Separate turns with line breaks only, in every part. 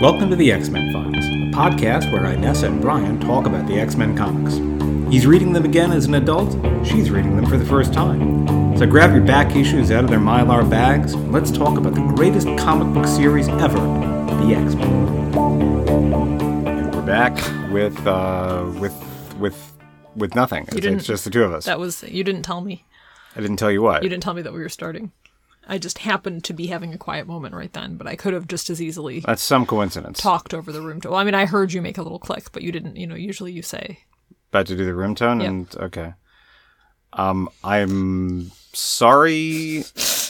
Welcome to the X Men Files, a podcast where Inessa and Brian talk about the X Men comics. He's reading them again as an adult, she's reading them for the first time. So grab your back issues out of their mylar bags, and let's talk about the greatest comic book series ever the X Men. And we're back with, uh, with, with, with nothing. It's,
didn't-
it's just the two of us.
That was you didn't tell me.
I didn't tell you what.
You didn't tell me that we were starting. I just happened to be having a quiet moment right then, but I could have just as easily
That's some coincidence.
talked over the room. To- well, I mean, I heard you make a little click, but you didn't. You know, usually you say
about to do the room tone
Yeah.
and okay um i'm sorry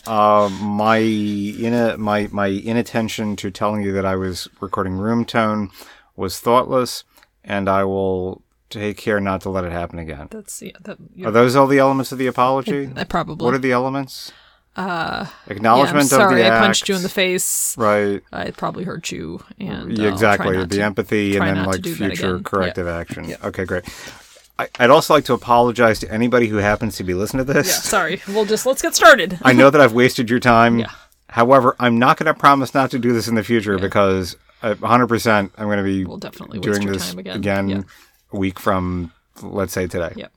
uh my in my my inattention to telling you that i was recording room tone was thoughtless and i will take care not to let it happen again
that's yeah. That you
are those all the elements of the apology
I probably.
what are the elements uh
yeah, I'm
acknowledgement
sorry.
of the
I punched
act,
you in the face.
right
I probably hurt you, and
yeah,
uh, I'll try
exactly
not
the
to-
empathy and
try
then
not to
like
do that
future
again.
corrective action okay great I, i'd also like to apologize to anybody who happens to be listening to
Yeah,
this
sorry. We'll just let's get started.
i know that i've wasted your time
Yeah.
however i'm not going to promise not to do this in the future because uh, 100% i'm going to be
definitely waste
doing
your
this
time again. Yeah.
a week from let's say today
Yep.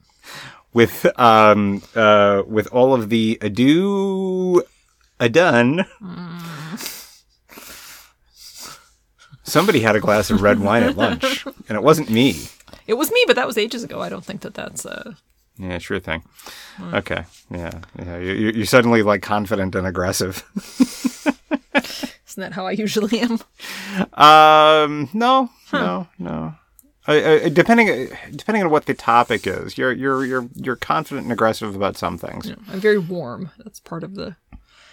with um uh with all of the ado adone somebody had a glass of red wine at lunch and it wasn't me
It was me, but that was ages ago. I don't think that that's uh,
yeah sure thing okay yeah yeah you, you- you're suddenly like confident and aggressive
isn't that how I usually am.
um no no no I, I, depending depending on what the topic is, you're you're you're you're confident and aggressive about some things.
I'm very warm. That's part of the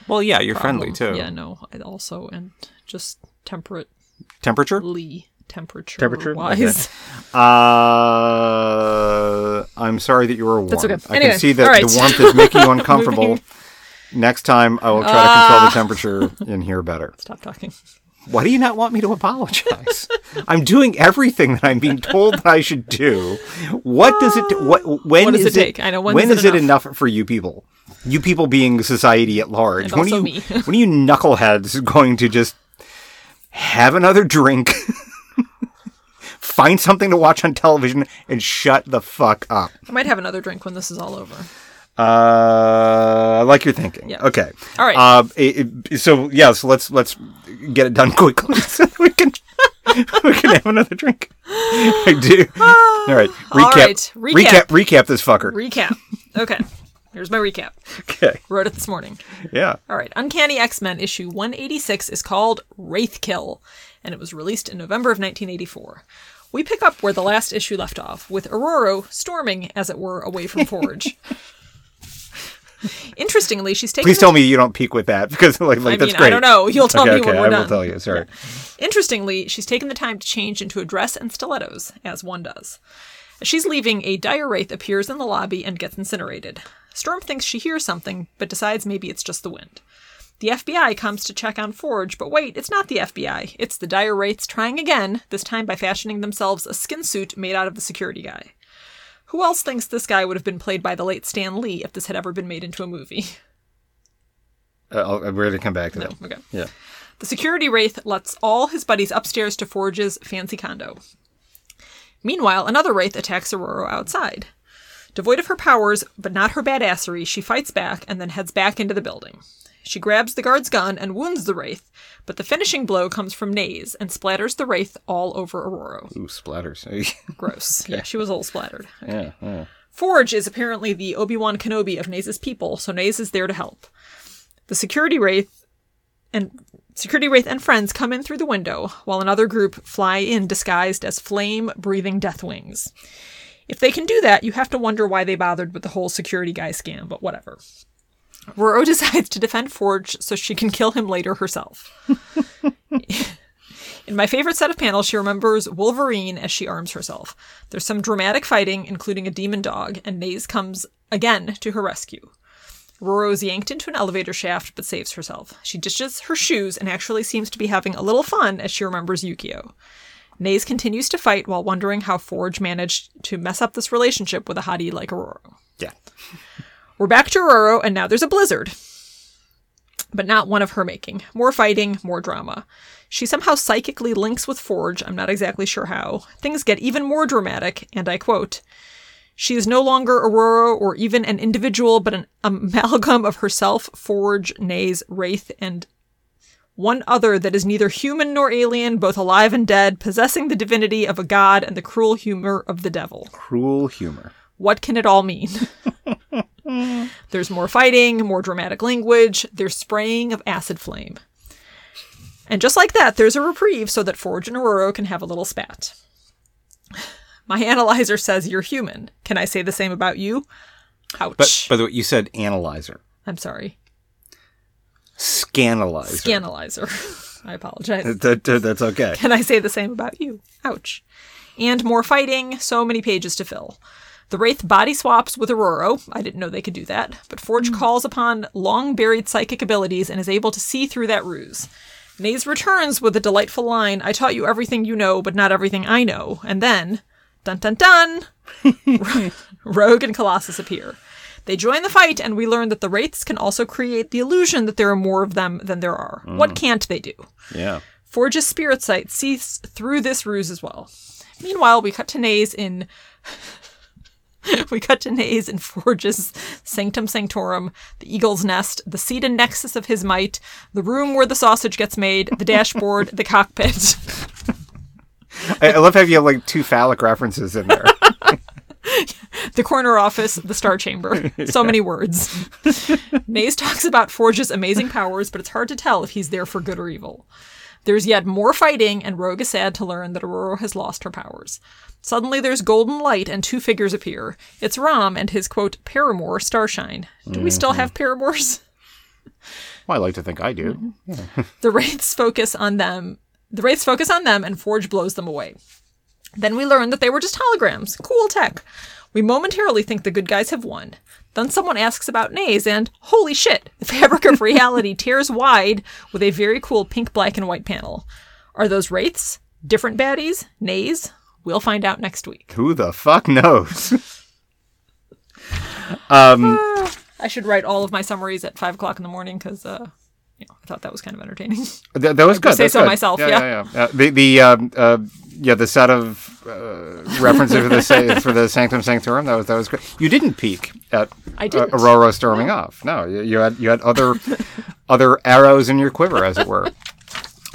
Well, yeah, you're friendly
problem.
too.
Um, Yeah, no, I also and just temperately
Temperature?
temperature
Temperature?
wise.
Uh, I'm sorry that you were warm.
That's okay.
I
Anyway,
can see that
all right.
the warmth is making you uncomfortable. Next time, I will try to control the temperature in here better.
Stop talking.
Why do you not want me to apologize? I'm doing everything that I'm being told that I should do. What does it? What when
Uh, What does
is
it take? I know, when
when
is it
is it enough? for you people? You people being society at large.
And
when
also
are you?
me.
when are you knuckleheads going to just have another drink, find something to watch on television, and shut the fuck up?
I might have another drink when this is all over.
Uh, I like your thinking.
Yeah.
Okay.
All right.
Uh, it, it- so yeah, so let's let's get it done quickly so that we can we can have another drink. I do. All right. Recap.
Ah. All right,
Recap.
recap.
Recap this fucker.
Recap. Okay. Here's my recap.
okay.
Wrote it this morning.
Yeah.
All right. Uncanny X Men issue 186 is called Wraithkill, and it was released in November of 1984. We pick up where the last issue left off, with Aurora storming, as it were, away from Forge. Interestingly, she's taking.
Please tell me you don't peak with that because like, like
I
that's
mean,
great.
I don't know. You'll tell
okay.
me
okay.
when we're
I
done.
will tell you. Sorry.
Interestingly, she's taken the time to change into a dress and stilettos, as one does. As she's leaving, a dire wraith appears in the lobby and gets incinerated. Storm thinks she hears something, but decides maybe it's just the wind. The FBI comes to check on Forge, but wait, it's not the FBI. It's the dire wraiths trying again, this time by fashioning themselves a skin suit made out of the security guy. Who else thinks this guy would have been played by the late Stan Lee if this had ever been made into a movie?
Uh, I'll- we're going to come back to that.
Okay.
Yeah.
The security wraith lets all his buddies upstairs to Forge's fancy condo. Meanwhile, another wraith attacks Aurora outside. Devoid of her powers, but not her badassery, she fights back and then heads back into the building. She grabs the guard's gun and wounds the wraith, but the finishing blow comes from Naze and splatters the wraith all over Aurora.
Ooh, splatters.
Gross. Yeah, she was a little splattered.
yeah. Yeah.
Forge is apparently the Obi Wan Kenobi of Naze's people, so Naze is there to help. The security wraith and security wraith and friends come in through the window, while another group fly in disguised as flame-breathing death wings. If they can do that, you have to wonder why they bothered with the whole security guy scam, but whatever. Roro decides to defend Forge so she can kill him later herself. In my favorite set of panels, she remembers Wolverine as she arms herself. There's some dramatic fighting, including a demon dog, and Naze comes again to her rescue. Roro is yanked into an elevator shaft but saves herself. She ditches her shoes and actually seems to be having a little fun as she remembers Yukio. Naze continues to fight while wondering how Forge managed to mess up this relationship with a hottie like Aurora.
Yeah.
We're back to Roro, and now there's a blizzard. but not one of her making. More fighting, more drama. She somehow psychically links with Forge, I'm not exactly sure how. Things get even more dramatic, and I quote She is no longer Aurora or even an individual, but an amalgam of herself, Forge, Nays, Wraith, and one other that is neither human nor alien, both alive and dead, possessing the divinity of a god and the cruel humor of the devil.
Cruel humor.
What can it all mean? There's more fighting, more dramatic language, there's spraying of acid flame. And just like that, there's a reprieve so that Forge and Aurora can have a little spat. My analyzer says you're human. Can I say the same about you? Ouch.
But by the way, you said analyzer,
I'm sorry.
scandalizer.
Scanalyzer. I apologize.
That- that- that's okay.
Can I say the same about you? Ouch. And more fighting, so many pages to fill. The Wraith body swaps with Aurora. I didn't know they could do that. But Forge calls upon long buried psychic abilities and is able to see through that ruse. Naze returns with a delightful line I taught you everything you know, but not everything I know. And then, dun dun dun, Rogue and Colossus appear. They join the fight, and we learn that the Wraiths can also create the illusion that there are more of them than there are. What can't they do?
Yeah.
Forge's spirit sight sees through this ruse as well. Meanwhile, we cut to Nays in. we cut to Nays in Forge's Sanctum Sanctorum, the eagle's nest, the seat and nexus of his might, the room where the sausage gets made, the dashboard, the cockpit.
I, I love how you have like two phallic references in there.
the corner office, the star chamber. So many words. Maze talks about Forge's amazing powers, but it's hard to tell if he's there for good or evil. There's yet more fighting, and Rogue is sad to learn that Aurora has lost her powers. Suddenly, there's golden light, and two figures appear. It's Rom and his quote, paramour, Starshine. Do we still have paramours?
well, I like to think I do.
The Wraiths focus on them. The Wraiths focus on them, and Forge blows them away. Then we learn that they were just holograms. Cool tech. We momentarily think the good guys have won. Then someone asks about Nays, and holy shit, the fabric of reality tears wide with a very cool pink, black, and white panel. Are those Wraiths? Different baddies? Nays? We'll find out next week.
Who the fuck knows?
I should write all of my summaries at 5 o'clock in the morning because uh, you know, I thought that was kind of entertaining.
Th- that was good.
say
that's
so
good.
myself,
Yeah, yeah. yeah. Uh, the the um, uh, yeah the set of uh, references for the sa- for the Sanctum Sanctorum that was that was great. You didn't peek at
I didn't.
Uh, Aurora storming off. No, you, you had you had other other arrows in your quiver, as it were.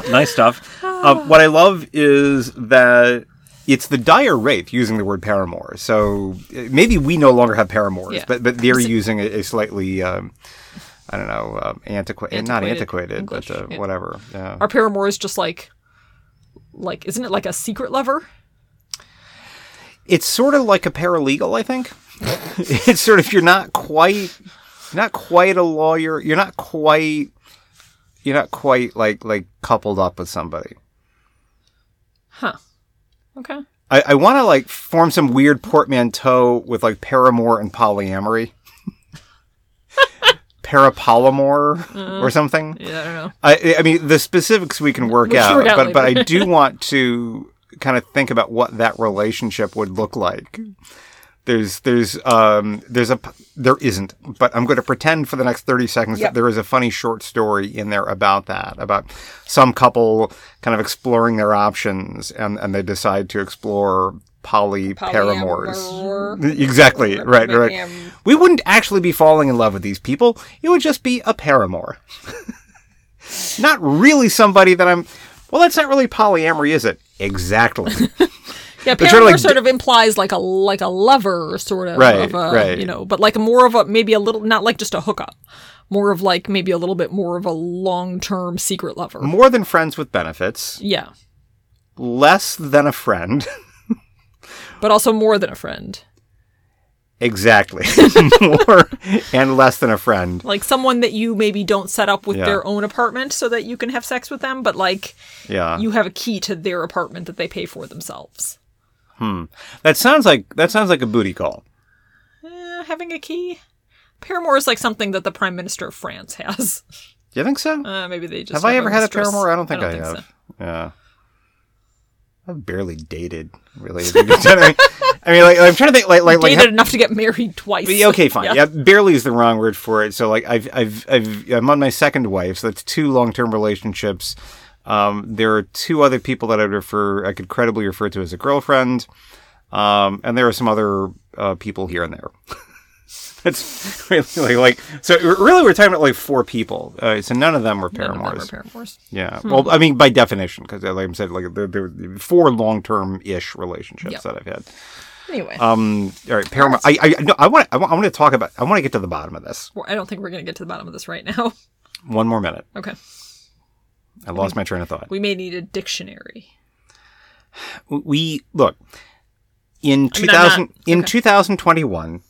Nice stuff. Uh, what I love is that. It's the dire wraith using the word paramour. So uh, maybe we no longer have paramours,
Yeah.
but but they're using a, a slightly, um, I don't know, um, antiqua- not antiquated,
Antiquated English,
but uh,
yeah.
whatever. Yeah.
Are paramours just like, like, isn't it like a secret lover?
it's sort of like a paralegal, I think. it's sort of you're not quite you're not quite a lawyer. You're not quite you're not quite like like coupled up with somebody.
Okay.
I, I want to like form some weird portmanteau with like paramour and polyamory, parapolymor or something.
Yeah, I don't know.
I, I mean, the specifics we can work
We'll
out,
sort out
but but I
later.
do want to kind of think about what that relationship would look like. There's there's um there's a p- there isn't, but I'm going to pretend for the next thirty seconds
Yep.
that there is a funny short story in there about that about some couple kind of exploring their options and and they decide to explore poly paramours.
Paramours.
Exactly, right, right.
Polyamour.
We wouldn't actually be falling in love with these people. It would just be a paramour. not really somebody that I'm. Well, that's not really polyamory, is it? Exactly.
Yeah,
sort of
paramour
like
sort of implies like a like a lover sort of,
Right,
of a,
right.
you know, but like more of a maybe a little not like just a hookup, more of like maybe a little bit more of a long term secret lover.
More than friends with benefits,
Yeah,
less than a friend.
but also more than a friend,
exactly. More and less than a friend.
like someone that you maybe don't set up with
Yeah.
their own apartment so that you can have sex with them, but like
Yeah.
you have a key to their apartment that they pay for themselves.
that sounds like that sounds like a booty call.
Eh, having a key, paramour is like something that the prime minister of France has.
Do you think so?
Uh, maybe they just
have I ever had a
mistress.
paramour? I don't think I, have.
so.
Yeah. I've barely dated related. to- I mean, I mean, like I'm trying to think, like like like.
Dated enough to get married twice.
Yeah, okay, fine. Yeah. barely is the wrong word for it. So like I've I've I've I'm on my second wife, so that's two long term relationships. Um, there are two other people that I'd refer I could credibly refer to as a girlfriend, um, and there are some other uh, people here and there. that's really like, like so. Really, we're talking about like four people. Uh, so none of them were
None of them
paramours.
were paramours.
Yeah. Well, I mean, by definition, because like I said, like there, there were four long-term ish relationships
Yep.
that I've had.
Anyway,
Um. All right. Paramount. I. I. No. I want. I want. I want to talk about. I want to get to the bottom of this.
Well, I don't think we're going to get to the bottom of this right now.
One more minute.
Okay.
I lost my train of thought.
We may need a dictionary.
We look in two
mean, I'm
thousand
not-
in two thousand twenty one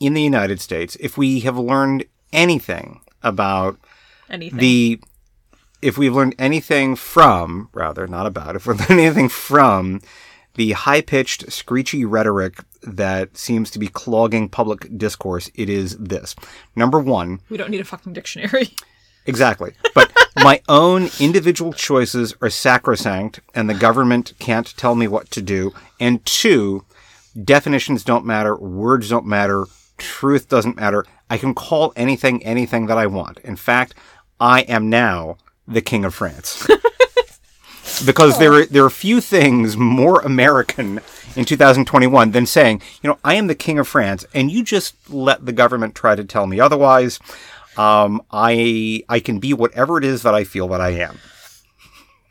in the United States. If we have learned anything about
Anything.
the if we've learned anything from rather not about if we've learned anything from the high-pitched screechy rhetoric that seems to be clogging public discourse it is this number one
we don't need a fucking dictionary.
exactly but my own individual choices are sacrosanct and the government can't tell me what to do and two definitions don't matter words don't matter truth doesn't matter i can call anything anything that i want in fact i am now the king of france because there
Oh.
are, there are few things more American in 2021 than saying, you know, I am the king of France, and you just let the government try to tell me otherwise. Um, I I can be whatever it is that I feel that I am.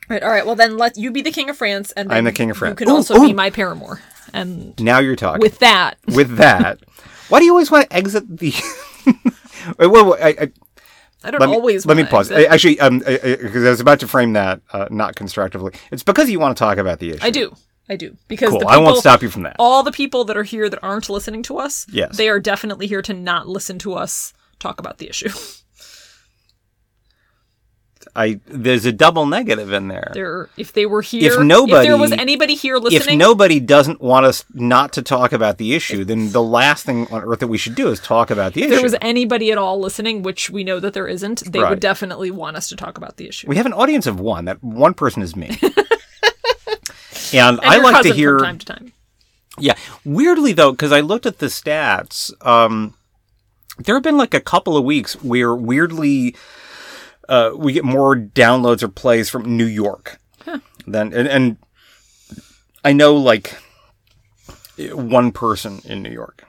Right. All right. Well, then let you be the king of France, and then
I'm the king of France.
You can
Ooh,
also
ooh.
be my paramour. And
Now you're talking
with that,
With that. Why do you always want to exit the? Wait, wait, wait, I- I-
I don't
let me,
always.
let me
wanna
pause.
exit.
I- Actually, um, because I was about to frame that uh, not constructively. It's because you want to talk about the issue.
I do. I do because
Cool.
the
I won't
people-
stop you from that.
All the people that are here that aren't listening to us,
Yes.
they are definitely here to not listen to us talk about the issue.
I there's a double negative in there.
They're if they were here,
nobody-
if there was anybody here
if
listening,
nobody doesn't want us not to talk about the issue, then the last thing on earth that we should do is talk about the
if there
issue.
was anybody at all listening, which we know that there isn't, they
Right.
would definitely want us to talk about the issue.
we have an audience of one. That one person is me. and
And
I
your
like to
cousin
hear.
from time to time.
Yeah. Weirdly, though, because I looked at the stats, um, there have been like a couple of weeks where weirdly uh, we get more downloads or plays from New York than. And, and I know like one person in New York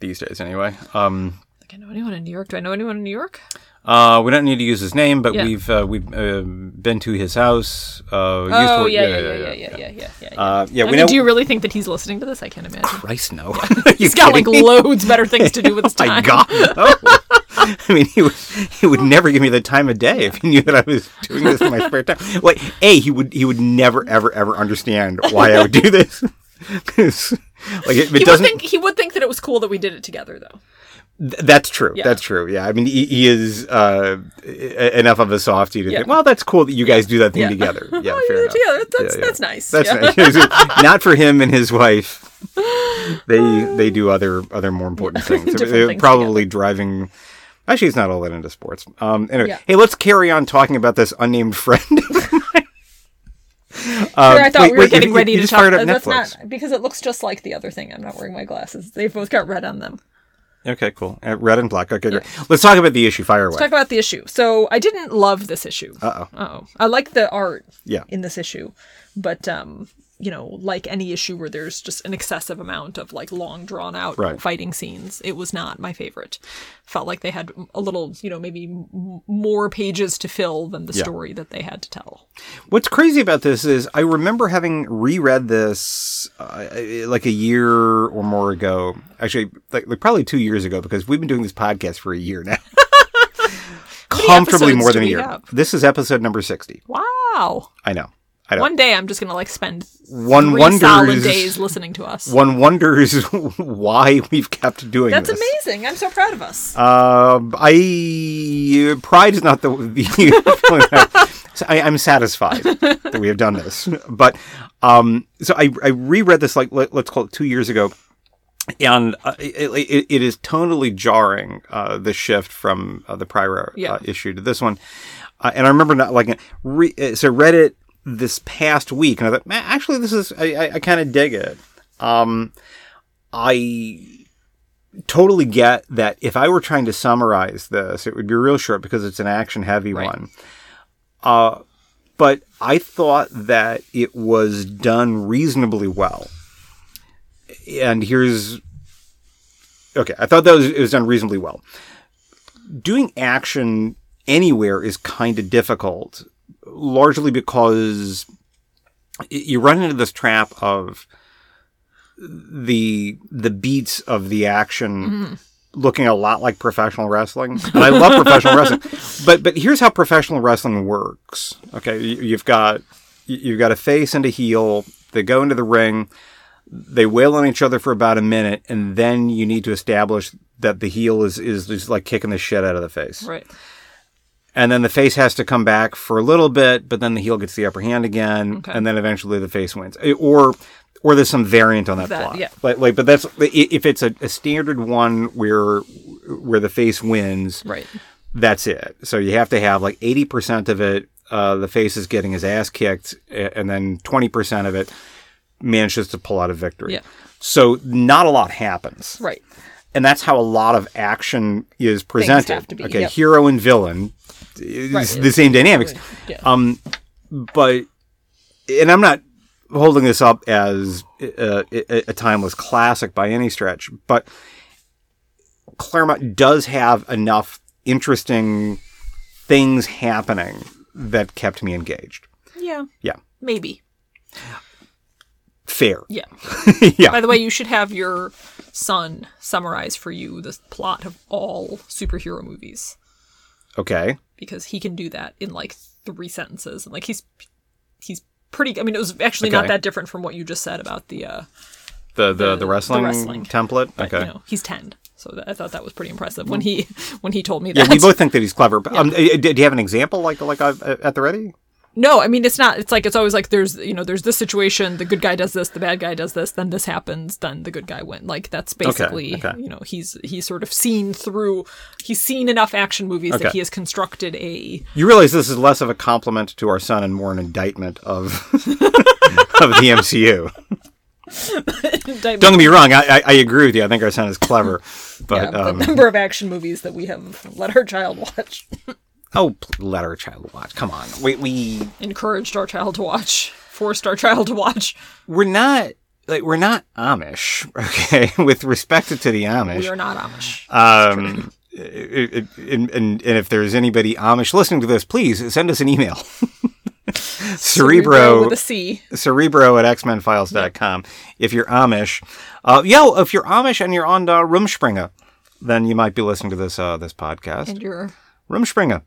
these days, anyway. Um,
Like, I know anyone in New York? Do I know anyone in New York?
uh, we don't need to use his name, but
Yeah.
we've uh, we've uh, been to his house. Uh, used
Oh
to-
yeah, yeah, yeah, yeah, yeah, yeah, yeah. yeah.
Uh, yeah,
I
we
mean,
know.
do you really think that he's listening to this? I can't imagine.
Christ, no.
He's got like loads better things to do with his time.
My God, no. I mean, he would, he would never give me the time of day if he knew that I was doing this in my spare time. Like, a he would he would never ever ever understand why I would do this. 'Cause, like it, it
He would
doesn't.
think he would think that it was cool that we did it together, though.
th- that's true.
Yeah.
That's true. Yeah. I mean, he, he is uh, e- enough of a softie to
Yeah.
think. Well, that's cool that you guys do that thing
Yeah.
together. Yeah,
Oh,
fair
you
enough.
did it together. That's-
Yeah,
that's nice. Yeah.
That's nice. Not for him and his wife. They they do other other more important things.
Uh, Different
They're
things
probably driving. Actually, he's not all that into sports. Um. Anyway,
Yeah.
hey, let's carry on talking about this unnamed friend. Um,
Sure, I thought
wait,
we were
wait, you-
getting
you-
ready
you
to
just
talk.
fired up
uh, that's
Netflix.
not because it looks just like the other thing. I'm not wearing my glasses. They've both got red on them.
Okay, cool. Uh, red and black. Okay, great. Let's talk about the issue. Fire away.
Talk about the issue. So I didn't love this issue. Uh oh. Oh, I like the art.
Yeah.
In this issue, but um, you know, like any issue where there's just an excessive amount of like long drawn out
Right.
fighting scenes, it was not my favorite. Felt like they had a little, you know, maybe m- more pages to fill than the
Yeah.
story that they had to tell.
What's crazy about this is I remember having reread this uh, uh, like a year or more ago. Actually, like, like probably two years ago because we've been doing this podcast for a year now. Comfortably
episodes
more
do
than a
we
year.
have?
This is episode number sixty.
Wow.
I know. I know.
One day I'm just gonna like spend
One
three
wonders.
solid days listening to us.
One wonders why we've kept doing
That's
this.
amazing. I'm so proud of us.
Um, I uh, pride is not the. the so I, I'm satisfied that we have done this, but um, so I, I reread this like let, us call it two years ago, and uh, it, it, it is tonally jarring uh, the shift from uh, the prior
Yeah.
uh, issue to this one, uh, and I remember not like re- uh, so I read it this past week, and I thought, man, actually this is I, I, I kind of dig it. Um, I totally get that if I were trying to summarize this, it would be real short because it's an action heavy
Right.
one. Uh, but I thought that it was done reasonably well. And here's okay, I thought that was, it was done reasonably well. Doing action anywhere is kind of difficult, largely because y- you run into this trap of the the beats of the action looking a lot like professional wrestling. And I love professional wrestling, but but here's how professional wrestling works. Okay, you, you've got you- you've got a face and a heel. They go into the ring. They wail on each other for about a minute, and then you need to establish that the heel is is just like kicking the shit out of the face.
Right.
And then the face has to come back for a little bit, but then the heel gets the upper hand again, and then eventually the face wins. Eh, Or, or there's some variant on that,
That-
plot.
yeah.
Like, like, but that's i- if it's a, a standard one where where the face wins,
Right.
that's it. So you have to have like eighty percent of it. Uh, the face is getting his ass kicked, eh, and then twenty percent of it manages to pull out a victory.
Yeah.
So not a lot happens
Right.
and that's how a lot of action is presented.
have to be,
okay,
yep.
hero and villain, it's
Right,
the same dynamics.
Yeah.
Um, but and I'm not holding this up as a, a, a timeless classic by any stretch, but Claremont does have enough interesting things happening that kept me engaged.
yeah.
Yeah,
Maybe.
fair.
Yeah.
yeah,
By the way, you should have your son summarize for you the plot of all superhero movies
okay.
because he can do that in like three sentences. And like he's he's pretty. I mean, it was actually not
Okay.
that different from what you just said about the. uh
The the, the,
the
wrestling,
wrestling.
template.
but,
okay.
You know, he's ten, so that, I thought that was pretty impressive when he when he told me
Yeah,
that.
we both think that he's clever. But, um, uh, do do you have an example like like I've, uh, at the ready?
No, I mean it's not. It's like it's always like there's you know there's this situation. The good guy does this, the bad guy does this, then this happens, then the good guy win. Like that's basically
okay.
you know he's he's sort of seen through. He's seen enough action movies
Okay.
that he has constructed a
You realize this is less of a compliment to our son and more an indictment of of the MCU. Don't get me wrong. I, I, I agree with you. I think our son is clever, but
the
um,
number of action movies that we have let our child watch,
oh, pl- let our child watch. Come on, we we
encouraged our child to watch, forced our child to watch.
we're not like we're not Amish. Okay, with respect to the Amish,
We are not Amish.
Um, it- it- and, and, and if there's anybody Amish listening to this, please send us an email. Cerebro,
with a C.
cerebro at xmenfiles.com. If you're Amish, uh, yo, if you're Amish and you're on uh, Rumspringa, then you might be listening to this uh, this podcast.
And you're
Rumspringa.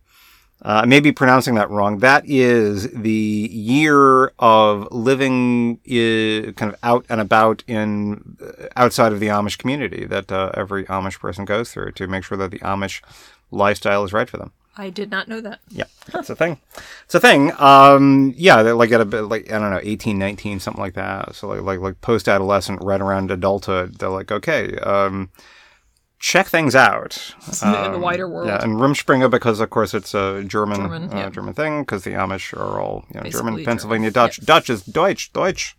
Uh, I may be pronouncing that wrong. That is the year of living i kind of out and about in uh, outside of the Amish community that uh, every Amish person goes through to make sure that the Amish lifestyle is right for them.
I did not know that.
Yeah, it's a thing. It's a thing. Um, yeah, they're like at a bit like I don't know, 18, 19, something like that. So like like like post adolescent, right around adulthood, they're like, okay, um, check things out
in the- in the wider world.
Um, Yeah, and Rumspringa because of course it's a German
German,
uh,
yeah.
German thing because the Amish are all you know, German,
Basically
Pennsylvania
German,
Dutch. Dutch is Deutsch, Deutsch.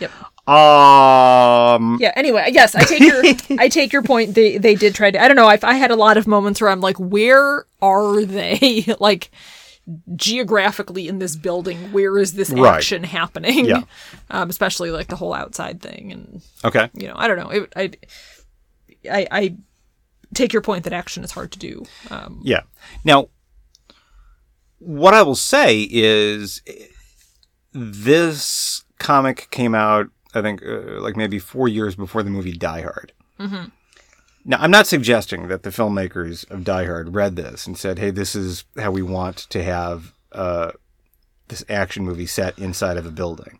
Yep.
Um,
Yeah. Anyway, yes, I take your I take your point. They they did try to. I don't know. If I had a lot of moments where I'm like, where are they? like geographically in this building, where is this
Right.
action happening?
Yeah.
Um, especially like the whole outside thing, and
Okay.
you know, I don't know. It, I I I take your point that action is hard to do. Um,
Yeah. Now, what I will say is eh, this comic came out, I think, uh, like maybe four years before the movie Die Hard.
Mm-hmm.
Now, I'm not suggesting that the filmmakers of Die Hard read this and said, hey, this is how we want to have uh, this action movie set inside of a building.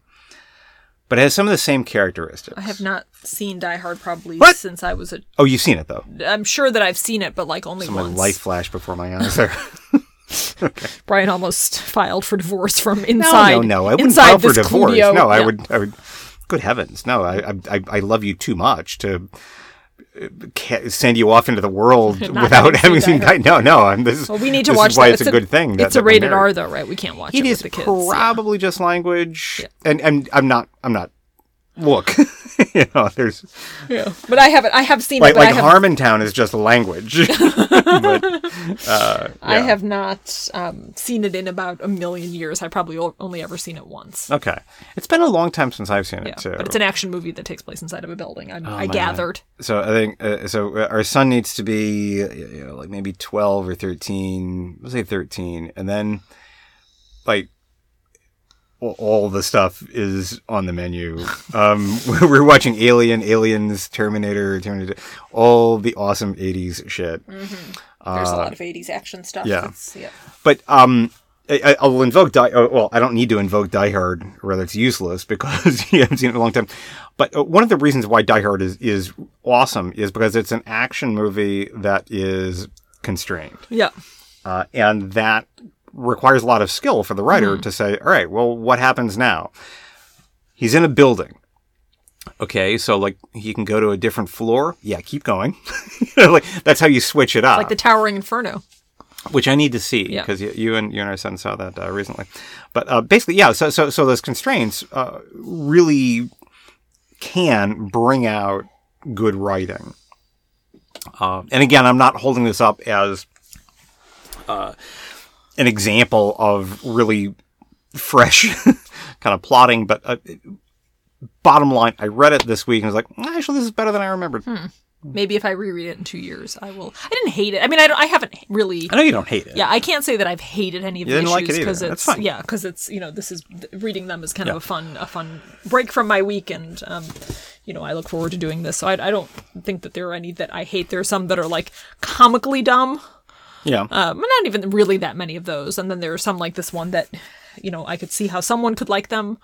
But it has some of the same characteristics.
I have not seen Die Hard probably
What?
since I was a.
Oh, you've seen it, though.
I'm sure that I've seen it, but like only
My
once.
life flashed before my eyes there.
Brian almost filed for divorce from inside.
No, no, no. I wouldn't
inside
file for
this
divorce.
Cludio.
No, I
Yeah.
would. I would. Good heavens, no! I I- I, I love you too much to uh, ca- send you off into the world
Not
without having
having
seen.
seen
Guy. No, no. I'm, this is
Well, we need to
this
watch
Is why
that.
it's, a, good thing. that-
it's
that
a
we're
rated
married.
R though, right? We can't watch it,
It
with
is
the kids. yeah.
probably just language, and and I'm not. I'm not look. you know, there's
Yeah. But I haven't. I have seen
like
it. But
like
I have.
Harmontown is just language. but uh,
I
yeah.
have not um, seen it in about a million years. I probably o- only ever seen it once.
Okay. It's been a long time since I've seen it
Yeah,
too. Oh,
but it's an action movie that takes place inside of a building. I'm, I
my
gathered.
so I think uh, so. uh, Our son needs to be you know, like maybe twelve or thirteen. Let's say thirteen, and then like a- all the stuff is on the menu. Um, we're watching Alien, Aliens, Terminator, Terminator, all the awesome eighties shit.
There's a lot of 80s action stuff.
Uh, yeah.
that's- yeah.
But um, I, I- I'll invoke Die. oh, Well, I don't need to invoke Die Hard. or Rather, it's useless because you haven't seen it in a long time. But uh, one of the reasons why Die Hard is is awesome is because it's an action movie that is constrained,
Yeah.
uh, and that requires a lot of skill for the writer
Mm-hmm.
to say, "All right, well, what happens now?" He's in a building. Okay, so like he can go to a different floor. Yeah, keep going. like that's how you switch it up
Like the Towering Inferno.
which I need to see
Yeah.
because you, you and you and our son saw that uh, recently. But uh, basically, yeah. So so so those constraints uh, really can bring out good writing. Um, and again, I'm not holding this up as uh, an example of really fresh kind of plotting, but uh, bottom line, I read it this week and was like, actually, this is better than I remembered.
Hmm. Maybe if I reread it in two years, I will. I didn't hate it. I mean, I, don't, I haven't really.
I know you don't hate it.
Yeah, I can't say that I've hated any of
You
the
didn't like it
issues
either.
because
That's
it's
fine.
yeah because it's you know this is th- reading them is kind
Yeah.
of a fun a fun break from my week and um you know I look forward to doing this so I, I don't think that there are any that I hate there are some that are like comically dumb
Yeah.
um, not even really that many of those. And then there are some like this one that, you know, I could see how someone could like them.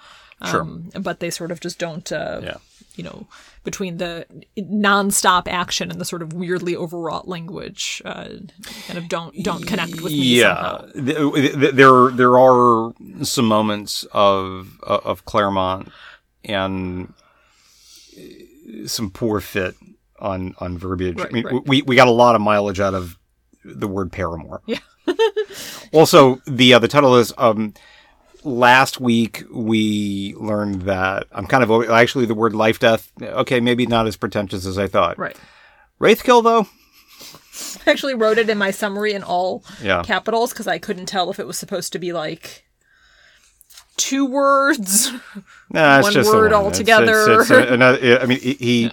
Sure.
Um, But they sort of just don't, uh,
Yeah.
you know, between the nonstop action and the sort of weirdly overwrought language, uh, kind of don't don't connect with me. somehow.
yeah Th- th- th- there there are some moments of uh, of claremont and uh, some poor fit on on verbiage
Right,
I mean,
right.
we we got a lot of mileage out of the word paramore
Yeah.
also the uh, the title is um last week we learned that i'm kind of over- actually the word life death okay maybe not as pretentious as i thought
Right.
wraithkill though
I actually wrote it in my summary in all
Yeah.
capitals because I couldn't tell if it was supposed to be like two words.
Nah, it's
one
just the
word
one. It's-
altogether.
It's, it's a- another- I mean, he- he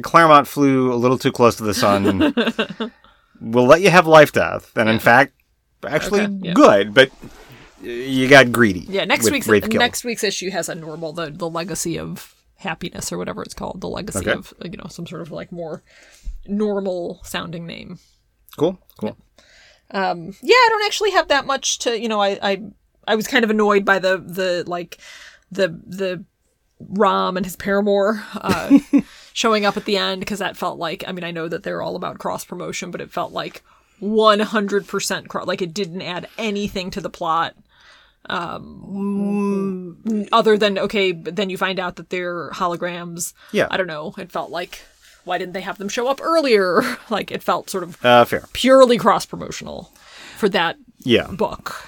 Claremont flew a little too close to the sun. we'll let you have life death, and in fact, actually
Okay, yeah.
good, but you got greedy.
Yeah, next
with
week's
Wraithkill.
next week's issue has a normal the the legacy of happiness or whatever it's called, the legacy
Okay.
of you know some sort of like more normal sounding name.
Cool, cool.
Yeah, I don't actually have that much to you know. I I, I was kind of annoyed by the the like the the Rom and his paramour uh, showing up at the end because that felt like I mean I know that they're all about cross promotion, but it felt like one hundred percent cross like it didn't add anything to the plot. Um, other than okay, but then you find out that they're holograms.
Yeah.
I don't know. It felt like why didn't they have them show up earlier? like it felt sort of
Uh, fair.
purely cross promotional for that
Yeah.
book.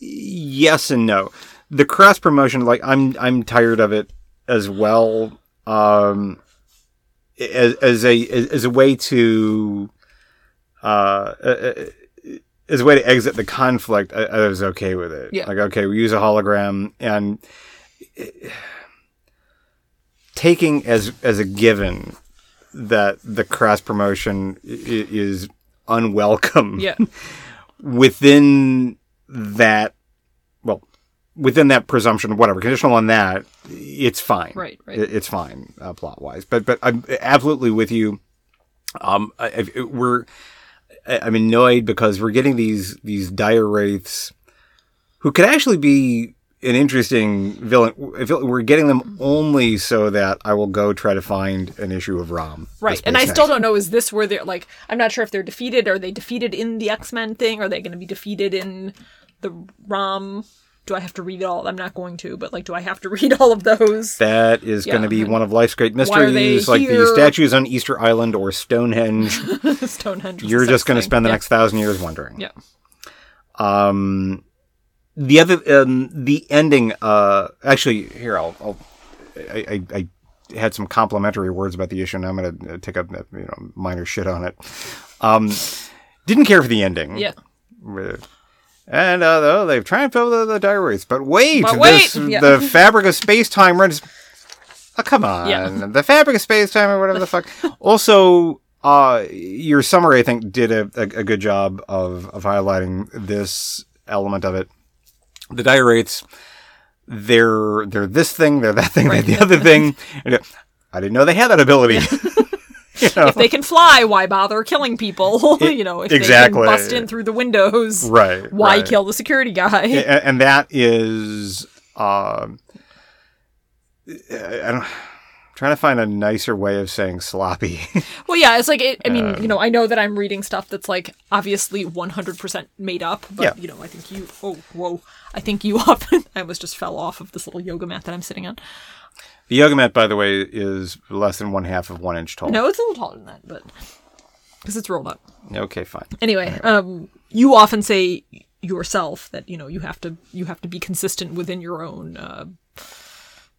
yes and no. The cross promotion, like I'm, I'm tired of it as well. Um, as, as a as a way to, uh, as a way to exit the conflict, I, I was okay with it.
Yeah.
Like okay, we use a hologram and uh, taking as as a given that the cross promotion i- i- is unwelcome
Yeah.
within that well within that presumption whatever conditional on that it's fine
Right, right.
It- it's fine uh, plot wise but but i'm absolutely with you um I, I, we're I- i'm annoyed because we're getting these these dire wraiths who could actually be an interesting villain If it- we're getting them only so that i will go try to find an issue of rom
Right. And I still don't know is this where they're like I'm not sure if they're defeated. Are they defeated in the X Men thing? Are they gonna be defeated in the ROM? Do I have to read it all? I'm not going to, but like do I have to read all of those?
That is going to be one of life's great
are they
mysteries, like the
here?
statues on Easter Island or Stonehenge.
Stonehenge. was
You're
the
just
sex
going to
thing.
spend the
Yeah.
next thousand years wondering.
Yeah.
Um, the other, um, the ending. Uh, actually, here I'll, I'll I, I, I had some complimentary words about the issue, and I'm going to take a you know minor shit on it. Um, didn't care for the ending.
Yeah.
Uh, And uh, though they've triumphed over the, the diaries, but wait,
But wait!
this-
Yeah.
the fabric of space time runs. Oh, come on,
Yeah.
the fabric of space time or whatever the fuck. Also, uh, your summary I think did a, a, a good job of of highlighting this element of it. The diarites, they're they're this thing, they're that thing, they're the other thing. And, uh, I didn't know they had that ability. You know?
If they can fly, why bother killing people? you know, if
Exactly.
they can bust in through the windows,
Right,
Why
right.
kill the security guy?
A- and, that is um I don't, I'm trying to find a nicer way of saying sloppy
Well, yeah, it's like it, I mean,
Um,
you know, I know that I'm reading stuff that's like obviously 100% made up, but
Yeah.
you know, I think you. Oh, whoa! I think you often. I almost just fell off of this little yoga mat that I'm sitting on.
the yoga mat by the way is less than one half of one inch tall
No, it's a little taller than that, but because it's rolled up.
okay fine
Anyway, um, you often say yourself that you know you have to you have to be consistent within your own uh,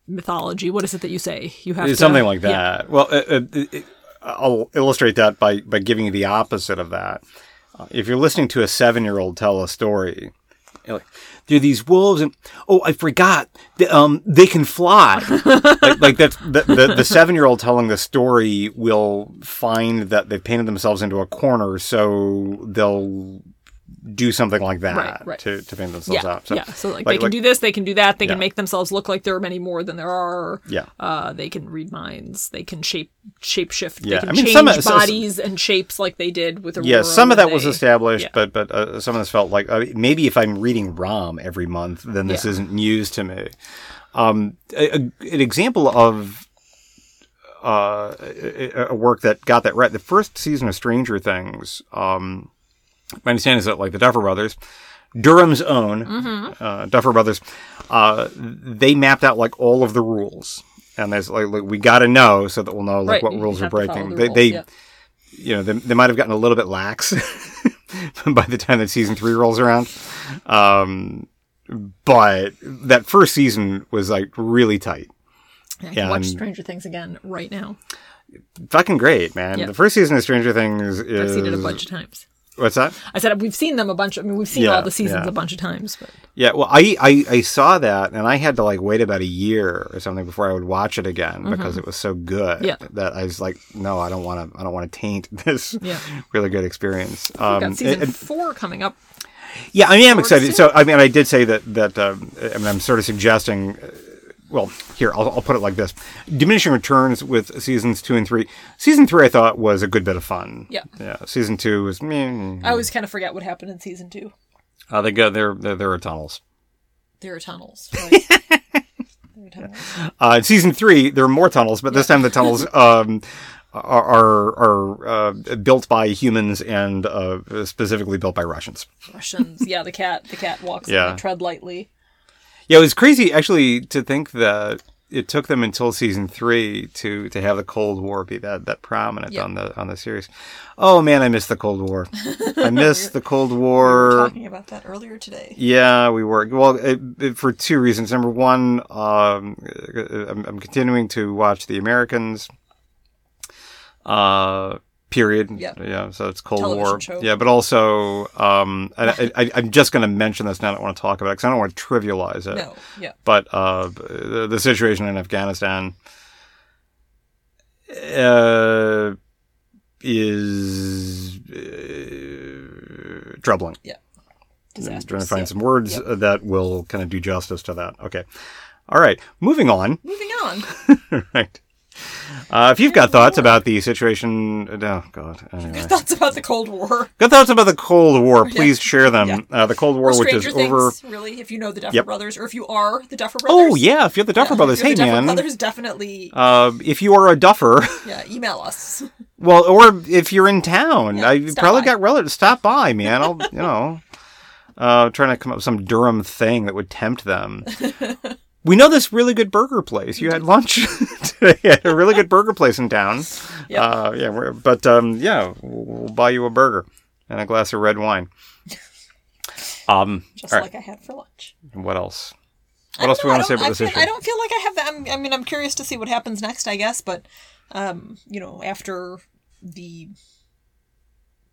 mythology. What is it that you say? You have
It's
to,
something like
Yeah.
that well uh, uh, it- it- i'll illustrate that by by giving you the opposite of that Uh, if you're listening to a seven-year-old tell a story you're like, there are these wolves and oh i forgot Th- um, they can fly like, like that's the, the, the seven-year-old telling the story will find that they've painted themselves into a corner so they'll do something like that
Right, right.
To, to paint themselves
Yeah,
out so,
yeah. So like, they
like-
can do this, they can do that, they
Yeah.
can make themselves look like there are many more than there are.
Yeah.
Uh, they can read minds. They can shape shape shift.
Yeah,
They can
I mean,
change
some of- so-
bodies and shapes like they did with Aurora.
Yeah, some of
when
that was
they-
established,
yeah.
but but uh, some of this felt like uh, maybe if I'm reading ROM every month, then this
Yeah.
isn't news to me. Um, a, a- an example of uh, a, a- a work that got that right. The first season of Stranger Things. Um, my understanding is that like the Duffer Brothers, Durham's own
Mm-hmm.
uh, Duffer Brothers, uh, they mapped out like all of the rules. And there's like, like we got to know so that we'll know like
Right,
what
you
rules are
have to follow
breaking.
the
they
rules,
they
yeah.
you know, they, they might have gotten a little bit lax by the time that season three rolls around. Um, but that first season was like really tight.
I can
yeah,
watch
and-
Stranger Things again right now.
Fucking great, man.
Yeah.
The first season of Stranger Things is.
I've seen it a bunch of times.
What's that?
I said we've seen them a bunch. Of, I mean, we've seen
Uh, Yeah,
all the seasons
yeah.
a bunch of times. But
Yeah, well, I, I, I saw that and I had to like wait about a year or something before I would watch it again because it was so good
Mm-hmm. Yeah.
that I was like, no, I don't want to, I don't want to taint this
Yeah.
really good experience.
we've
Um,
got season
and-
four coming up.
Yeah, I mean, I'm excited.
soon.
So, I mean, I did say that that um, I mean, I'm sort of suggesting. uh, Well, here I'll, I'll put it like this: diminishing returns with seasons two and three. Season three, I thought, was a good bit of fun.
Yeah.
Yeah. Season two was. Meh.
I always kind of forget what happened in season two.
Uh, they go. There, there, there are tunnels.
There are tunnels. Right? there are tunnels.
Uh, in season three, there are more tunnels, but this time the tunnels um, are are, are uh, built by humans and uh, specifically built by Russians.
Russians. Yeah, the cat. The cat walks.
Yeah.
Yeah. Tread lightly.
Yeah, it was crazy actually to think that it took them until season three to to have the Cold War be that that prominent
Yeah.
on the on the series. Oh man, I miss the Cold War. I miss the Cold
We were
War.
talking about that earlier today.
Er, Yeah, we were. Well, it, it, for two reasons. Number one, um, I'm, I'm continuing to watch The Americans. Uh, period.
Yeah.
Yeah. So it's Cold
Television
War.
show.
Yeah, but also, um, I, I, I'm just going to mention this now. I don't want to talk about it because I don't want to trivialize it
No, yeah.
but uh, the, the situation in Afghanistan uh, is uh, troubling. I'm
Disastrous.
trying to find
yeah.
some words uh,
Yep.
that will kind of do justice to that. Okay. All right. Moving on.
Moving on.
right. Uh, if you've got thoughts about the situation, oh God. Anyway.
Thoughts about the Cold War.
Got thoughts about the Cold War? Please share them. Uh, the Cold War,
Or
which is
Stranger Things,
over.
really, if you know the Duffer
Yep.
Brothers, or if you are the Duffer Brothers.
Oh yeah, if you're the Duffer
if
Brothers,
you're
hey
the Duffer
man.
Brothers, definitely
Uh, if you are a Duffer.
yeah, email us.
Well, or if you're in town, I have
stop
probably
by.
got relatives. Stop by, man. I'll, you know, uh, trying to come up with some Durham thing that would tempt them. we know this really good burger place. You had lunch today at a really good burger place in town.
Yep.
Uh, yeah, we're, but um, yeah, we'll, we'll buy you a burger and a glass of red wine. Um,
Just
all right.
like I had for lunch.
What else?
I
What else do
don't
we
know,
want to say
I
about
don't-
this
I feel-
issue?
I don't feel like I have that. I'm, I mean, I'm curious to see what happens next, I guess. But, um, you know, after the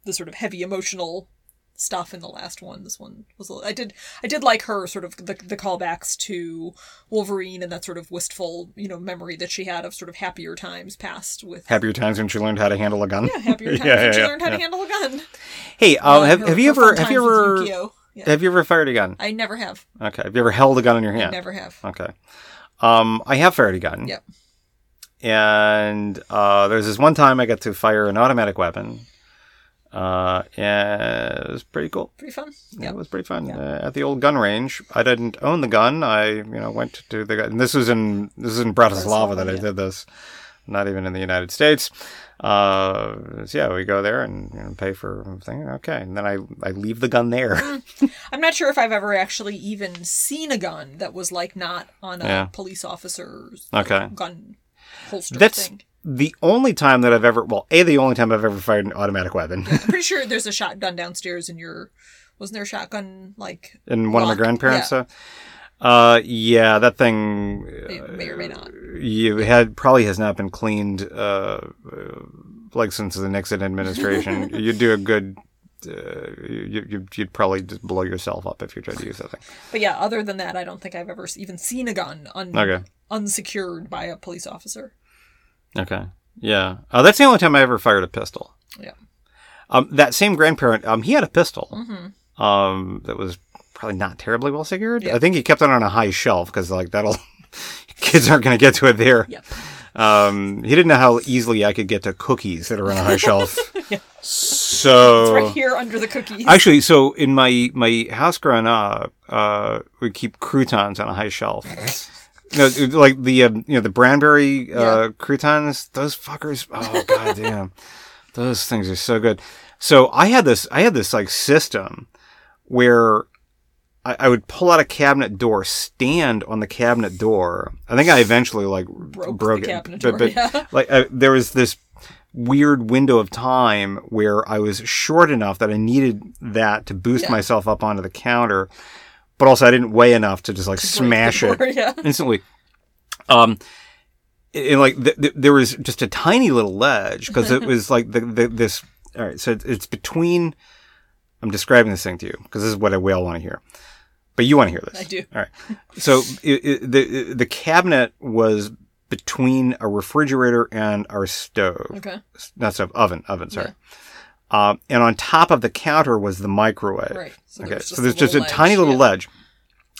the sort of heavy emotional stuff in the last one, this one was. a- I did I did like her sort of the the callbacks to Wolverine and that sort of wistful, you know, memory that she had of sort of happier times past with
Happier times when she learned how to handle a gun.
yeah, happier times
yeah,
when she
yeah,
learned how
yeah.
to handle a gun.
Hey, um,
Uh,
have,
her-
have you
her
ever
fun
have you
times with
ever
Yukio. Yeah.
have you ever fired a gun?
I never have.
Okay. Have you ever held a gun in your hand?
Never have.
Okay. Um, I have fired a gun.
Yep.
And uh, there's this one time I got to fire an automatic weapon. Uh, and it was pretty cool.
Pretty fun.
Yeah,
Yeah.
it was pretty fun uh, at the old gun range. I didn't own the gun. I you know went to the gun. And this was in this is in Bratislava,
Bratislava,
that I
yeah.
did this. Not even in the United States. Uh, so yeah, we go there and you know, pay for a thing. Okay, and then I I leave the gun there.
Mm. I'm not sure if I've ever actually even seen a gun that was like not on a
Yeah.
police officer's
Okay.
gun holster
That's
thing.
the only time that I've ever well, a the only time I've ever fired an automatic weapon
I'm pretty sure there's a shotgun downstairs in your. Wasn't there a shotgun like
in one of
Lock,
my grandparents.
yeah.
Yeah. Uh, yeah, that thing uh,
it may or may not?
you had probably has not been cleaned uh, uh, like since the Nixon administration. you'd do a good. Uh, you, you, you'd probably just blow yourself up if you tried to use that thing.
But yeah, other than that, I don't think I've ever s- even seen a gun un-
Okay.
unsecured by a police officer.
Okay. Yeah. Uh, that's the only time I ever fired a pistol.
Yeah.
Um, that same grandparent, um, he had a pistol um, that was probably not terribly well secured.
Mm-hmm. Yeah.
I think he kept it on a high shelf because like that'll kids aren't going to get to it there.
Yep.
Um, he didn't know how easily I could get to cookies that are on a high shelf. So
Right here under the cookies.
Actually, so in my my house growing up, uh, we keep croutons on a high shelf. no, dude, like the um, you know the Branberry uh,
Yeah.
croutons. Those fuckers. Oh god damn, those things are so good. So I had this I had this like system where I, I would pull out a cabinet door, stand on the cabinet door. I think I eventually like broke,
the
it,
cabinet
but-
door,
but,
yeah.
like I, there was this weird window of time where I was short enough that I needed that to boost
Yeah.
myself up onto the counter, but also I didn't weigh enough to just like smash it
yeah.
instantly. Um, and like th- th- there was just a tiny little ledge because it was like the, the this. All right, so it's- it's between. I'm describing this thing to you because this is what I will want to hear, but you want to hear this.
I do.
All right. So it, it, the the cabinet was between a refrigerator and our stove
Okay.
not stove oven oven sorry um, and on top of the counter was the microwave
Right. So
okay
there's
so there's
just a
just a
little
tiny
ledge,
little
yeah.
ledge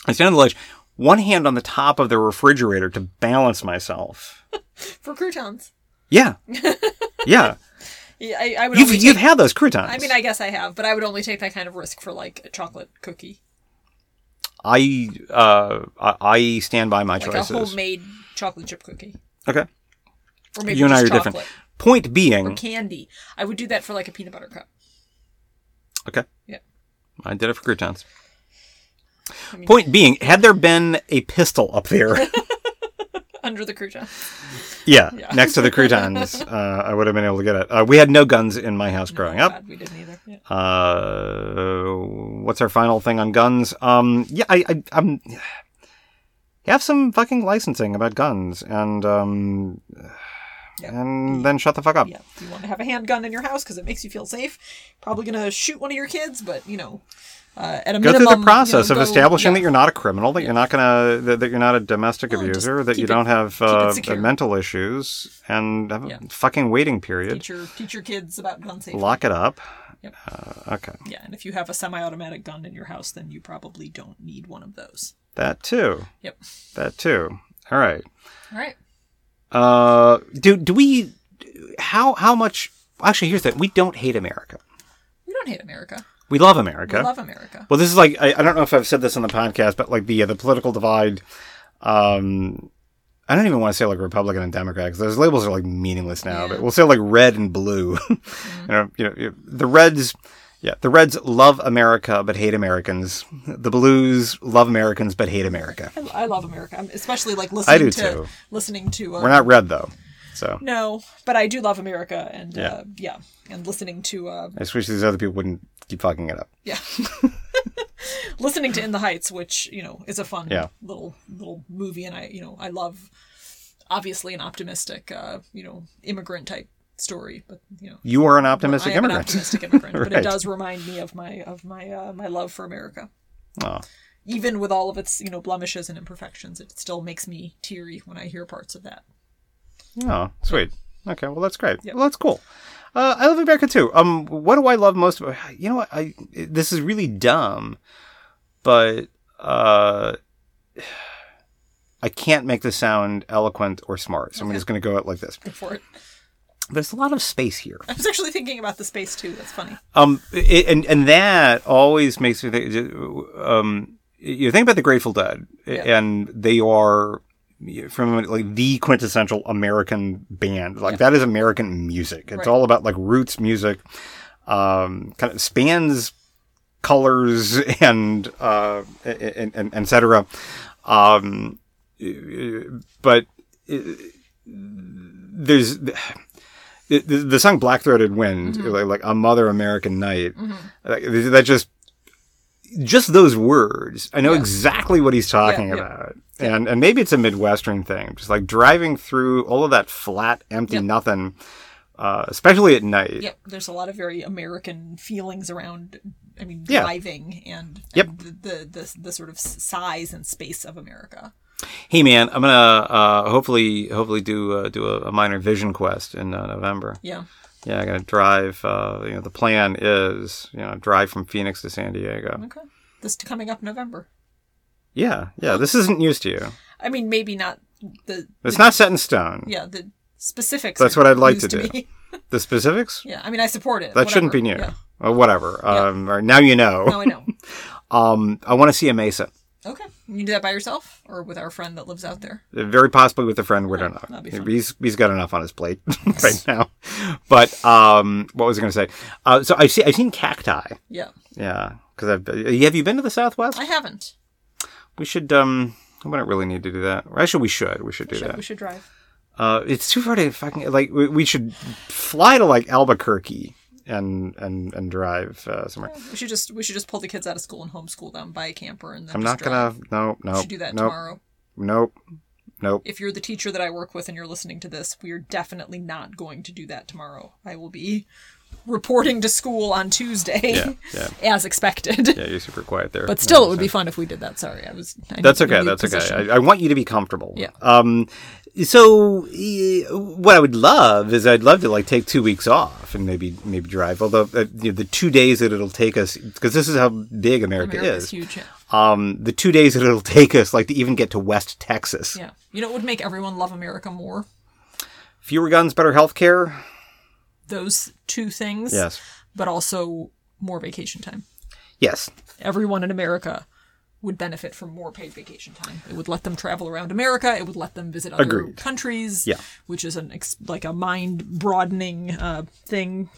i stand on the ledge one hand on the top of the refrigerator to balance myself
For croutons.
yeah yeah
Yeah, I, I would
you've,
only
you've
take-
had those croutons
I mean, I guess I have, but I would only take that kind of risk for like a chocolate cookie,
i uh i I stand by my
like
choices
a homemade chocolate chip cookie,
okay
or maybe
you and i are
just chocolate
different point being
or candy. I would do that for like a peanut butter cup.
okay
Yeah.
i did it for croutons
I mean,
point being had there been a pistol up there
under the crouton.
Yeah,
Yeah.
next to the croutons, uh, I would have been able to get it. Uh, we had no guns in my house growing up.
God, we didn't either. Yeah.
Uh, what's our final thing on guns? Um, yeah, I, I, I'm have some fucking licensing about guns, and um,
Yeah.
and then shut the fuck up.
Yeah, if you want to have a handgun in your house because it makes you feel safe. Probably gonna shoot one of your kids, but you know, uh, at a
Go
minimum,
through the process
you know,
of
go-
establishing
yeah.
that you're not a criminal, that you're not gonna, that, that you're not a domestic
Well, just
abuser, that you
keep it-
don't have
it
uh,
secure.
mental issues, and have a
Yeah.
fucking waiting period.
teach your teach your kids about gun safety.
Lock it up.
Yep.
Uh, okay.
Yeah, and if you have a semi-automatic gun in your house, then you probably don't need one of those.
That too.
Yep.
That too. All right.
All right.
Uh, do do we? How how much? Actually, here's the thing. We don't hate America.
We don't hate America.
We love America.
We love America.
well, this is like I, I don't know if I've said this on the podcast, but like the uh, the political divide. Um, I don't even want to say like Republican and Democrat because those labels are like meaningless now.
Yeah. Mm-hmm.
But we'll say like red and blue. you know, you know, you- the reds. Yeah, the Reds love America but hate Americans. The Blues love Americans but hate America.
I, I love America, I'm especially like listening
do
to
too.
listening to. Uh,
We're not red though, so
no, but I do love America, and
Yeah.
uh, yeah, and listening to uh,
I just wish these other people wouldn't keep fucking it up.
yeah. listening to In the Heights, which you know is a fun
Yeah.
little little movie, and I you know I love obviously an optimistic uh, you know immigrant type story, but you know
You are an optimistic
I am an
immigrant.
optimistic immigrant, but
Right.
it does remind me of my of my uh, my love for America.
Oh.
Even with all of its you know blemishes and imperfections, it still makes me teary when I hear parts of that.
Oh, sweet. Okay, well that's great. Well, that's cool. Uh, I love America too. Um, what do I love most? About, you know what? I this is really dumb, but uh, I can't make this sound eloquent or smart, so I'm just going to go out like this.
Go for it.
There's a lot of space here.
I was actually thinking about the space too. That's funny.
Um, it, and and that always makes me think. Um, you think about the Grateful Dead,
Yeah.
and they are from like the quintessential American band. Like that is American music. It's
Right.
all about like roots music. Um, kind of spans colors and uh, and, and, and et cetera. Um, but there's the, the, the song Black Throated Wind,
Mm-hmm.
like, like a Mother American Night, like, that just, just those words, I know exactly what he's talking
Yeah, yeah.
about. And, and maybe it's a Midwestern thing, just like driving through all of that flat, empty
Yep.
nothing, uh, especially at night.
Yep, there's a lot of very American feelings around. I mean,
Yeah.
driving and,
Yep.
and the, the the the sort of s- size and space of America.
Hey man, I'm gonna uh, hopefully hopefully do uh, do a, a minor vision quest in uh, November.
Yeah,
Yeah, I'm gonna drive. Uh, you know, the plan is you know drive from Phoenix to San Diego.
okay. This coming up November.
Yeah, yeah. This isn't news to you.
I mean, maybe not the.
It's
the-
not set in stone.
Yeah, the specifics.
That's
are
what I'd like to
news
do.
me.
The specifics
yeah, I mean, I support it.
that shouldn't be new.
whatever.
Or whatever. Um, or now you know.
Yeah. No, I know.
Um, I want to see a mesa.
Okay, you do that by yourself or with our friend that lives out there.
Very possibly with a friend. We don't know.
that'd be fun.
He's he's got enough on his plate right now. But um, what was I going to say? Uh, so I've seen I've seen cacti.
Yeah,
Yeah, because I've uh, have you been to the Southwest?
I haven't.
We should. Um, we don't really need to do that. Or actually, we should. We should do
Should,
that.
we should drive.
Uh, it's too far to fucking like. We, we should fly to like Albuquerque and and and drive uh, somewhere.
We should just we should just pull the kids out of school and homeschool them, buy a camper, and then
I'm
just
not
drive.
gonna. No, no,
We should do that
no,
tomorrow.
nope, nope.
if you're the teacher that I work with and you're listening to this, we're definitely not going to do that tomorrow. I will be reporting to school on Tuesday
Yeah, yeah,
as expected.
yeah. You're super quiet there.
But still, it would be fun if we did that. Sorry, I was. I
That's
needed a
okay.
new
That's
position.
okay. I, I want you to be comfortable.
Yeah.
Um, so eh, what I would love is I'd love to like take two weeks off and maybe maybe drive. Although uh, you know, the two days that it'll take us, because this is how big America,
America's
is.
huge. Yeah.
Um, the two days that it'll take us, like to even get to West Texas.
yeah, you know, it would make everyone love America more.
Fewer guns, better health care.
Those two things.
Yes.
But also more vacation time.
Yes.
Everyone in America would benefit from more paid vacation time. It would let them travel around America. It would let them visit other
Agreed.
countries.
Yeah.
which is an ex- like a mind broadening uh, thing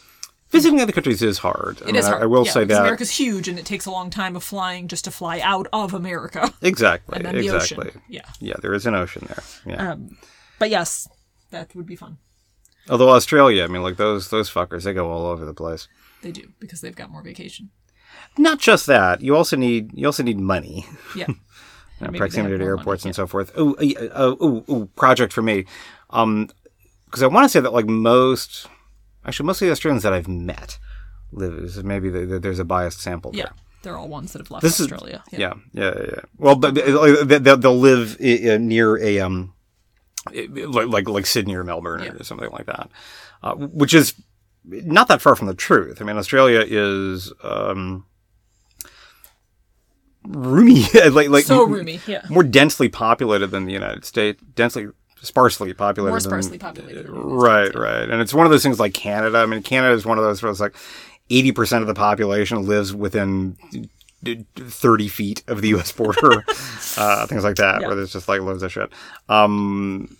Visiting other countries is hard. I,
It is
I-
hard.
I will
yeah,
say
because
that.
America's huge, and it takes a long time of flying just to fly out of America
exactly.
and then the
exactly.
ocean. Um, Yeah,
Yeah, there is an ocean there. Yeah.
but yes, that would be fun.
Although Australia, I mean, like those those fuckers, they go all over the place.
They do because they've got more vacation.
not just that you also need you also need money
Yeah,
you know,
Maybe they
Uh, proximity
have
to
more
airports
money,
and so forth oh uh, oh oh project for me um because i want to say that like most actually most of the australians that i've met live this is maybe the, the, there's a biased sample
yeah.
there
They're all ones that have left
This is-
Australia.
yeah yeah yeah, yeah. well but uh, they- they'll, they'll live i- i- near a um i- like like, like sydney or melbourne
Yeah.
or something like that uh, which is not that far from the truth i mean australia is um roomy like like
so roomy. Yeah,
more densely populated than the United States, densely sparsely populated.
more
than-
sparsely populated. than the United
Right, right, and it's one of those things like Canada. I mean, Canada is one of those where it's like eighty percent of the population lives within d- d- thirty feet of the U.S. border, uh, things like that,
Yeah.
where there's just like loads of shit. Um,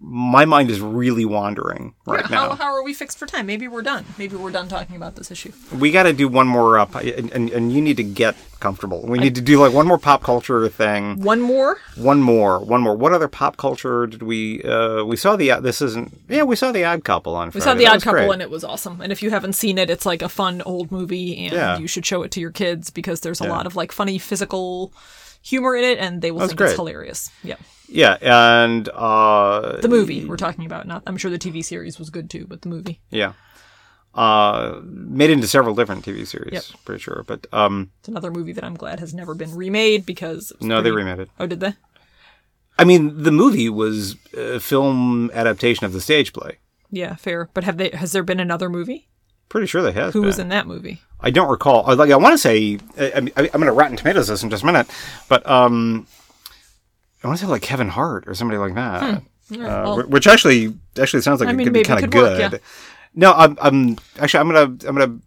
my mind is really wandering right
Yeah,
now.
how, how are we fixed for time? Maybe we're done. Maybe we're done talking about this issue.
we got to do one more up, and, and, and you need to get comfortable. We need to do like one more pop culture thing.
One more.
One more, one more. What other pop culture did we? Uh, we saw the. This isn't. Yeah, we saw the Odd Couple on.
We saw The Odd Couple and it was awesome. And if you haven't seen it, it's like a fun old movie and
Yeah.
you should show it to your kids because there's a lot of like funny physical humor in it and they will think
great.
it's hilarious. Yeah.
Yeah, and uh,
The movie we're talking about. Not I'm sure the TV series was good too, but the movie.
yeah, uh, made into several different TV series.
Yep.
Pretty sure, but um,
It's another movie that I'm glad has never been remade because it was
no, they
pretty-
remade it.
Oh, did they?
I mean, the movie was a film adaptation of the stage play.
Yeah, fair. But have they has there been another movie?
Pretty sure they has.
Who
been.
was in that movie?
I don't recall. I- Like I want to say, I, I, I'm going to Rotten Tomatoes this in just a minute, but um, I want to say like Kevin Hart or somebody like that,
Hmm.
uh,
Oh,
wh- which actually actually sounds like
I
it
mean,
could be
maybe it
kind of
could work,
good.
yeah.
No, I'm, I'm actually I'm gonna I'm gonna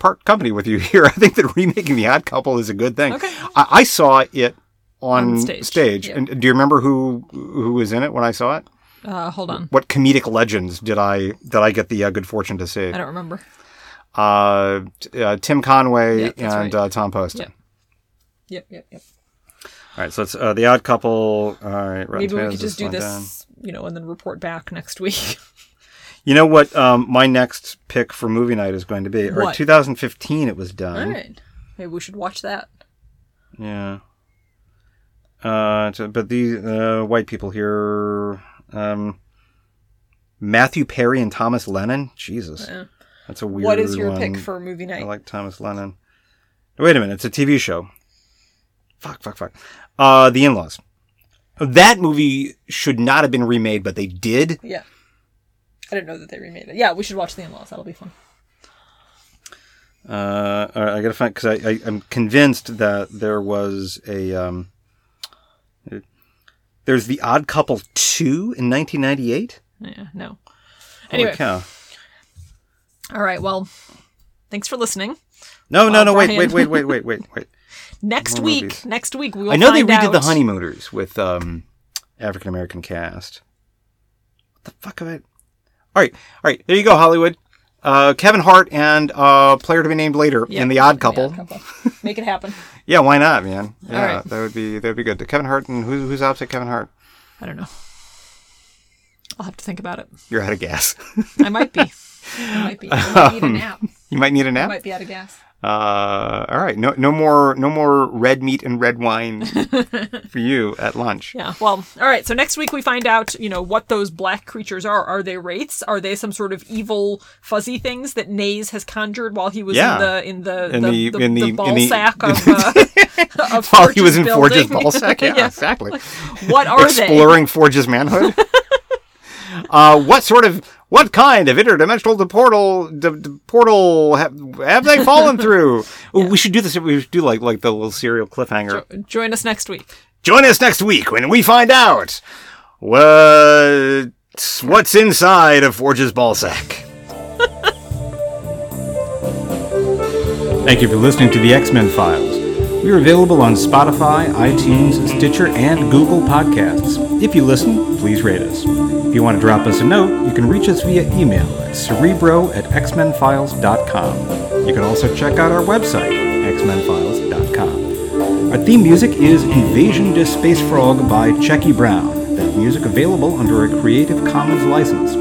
part company with you here. I think that remaking the Odd Couple is a good thing.
Okay.
I, I saw it on,
On
stage.
stage, yeah.
And do you remember who who was in it when I saw it?
Uh, hold on.
What comedic legends did I did I get the uh, good fortune to see?
I don't remember.
uh, t- uh, Tim Conway
Yeah, that's
and
right.
uh, Tom Poston.
Yep. Yep, yep, yep.
All right, so it's uh, the Odd Couple. All right, Rotten
Maybe we
Tomatoes
could
is
just do
one
this,
down.
you know, and then report back next week.
You know what? Um, my next pick for movie night is going to be or
What?
2015. It was done.
All right. Maybe we should watch that.
Yeah. Uh, t- but these uh, white people here, um, Matthew Perry and Thomas Lennon. Jesus,
Yeah.
that's a weird.
what is your
one.
pick for movie night?
I like Thomas Lennon. Wait a minute, it's a TV show. Fuck, fuck, fuck. Uh, the In-Laws. That movie should not have been remade, but they did.
yeah. I didn't know that they remade it. Yeah, we should watch The In Laws. That'll be fun.
Uh, all right, I gotta find because I, I I'm convinced that there was a um. There's the Odd Couple two in 1998.
Yeah, no.
Holy
Anyway.
cow.
All right, well, thanks for listening.
No, no,
Wow,
no! Wait,
Brian.
wait, wait, wait, wait, wait, wait!
Next
More
week,
movies.
next week we will
I know they
find
redid the
out-
Honeymooners with um, African American cast. What the fuck of it? All right, all right. There you go, Hollywood. Uh, Kevin Hart and uh, player to be named later
Yeah,
in the Odd
yeah,
Couple.
couple. Make it happen.
Yeah, why not, man? Yeah,
right.
that would be that would be good. Kevin Hart and who, who's opposite Kevin Hart?
I don't know. I'll have to think about it.
You're out of gas.
I might be. I might be. I might
Um,
need a nap.
you might need a
I
nap.
might be out of gas.
Uh, all right, no, no more, no more red meat and red wine for you at lunch.
Yeah. Well, all right. So next week we find out, you know, what those black creatures are. Are they wraiths? Are they some sort of evil fuzzy things that Nays has conjured while he was
Yeah.
in the in the
In the- in the- in
ball
the-
sack of, uh, of
While he was in
building?
Forge's ball sack, yeah, exactly.
What are they?
exploring Forge's manhood. uh, what sort of what kind of interdimensional de- portal de- de- portal have, have they fallen through? Ooh, We should do this. We should do like like the little serial cliffhanger.
Join us next week.
Join us next week when we find out what what's inside of Forge's ball sack.
Thank you for listening to the X Men Files. We are available on Spotify, iTunes, Stitcher, and Google Podcasts. If you listen, please rate us. If you want to drop us a note, you can reach us via email at cerebro at xmenfiles.com. You can also check out our website, xmenfiles.com. Our theme music is Invasion to Space Frog by Checky Brown. That music available under a Creative Commons license.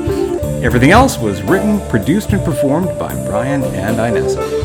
Everything else was written, produced, and performed by Brian and Inessa.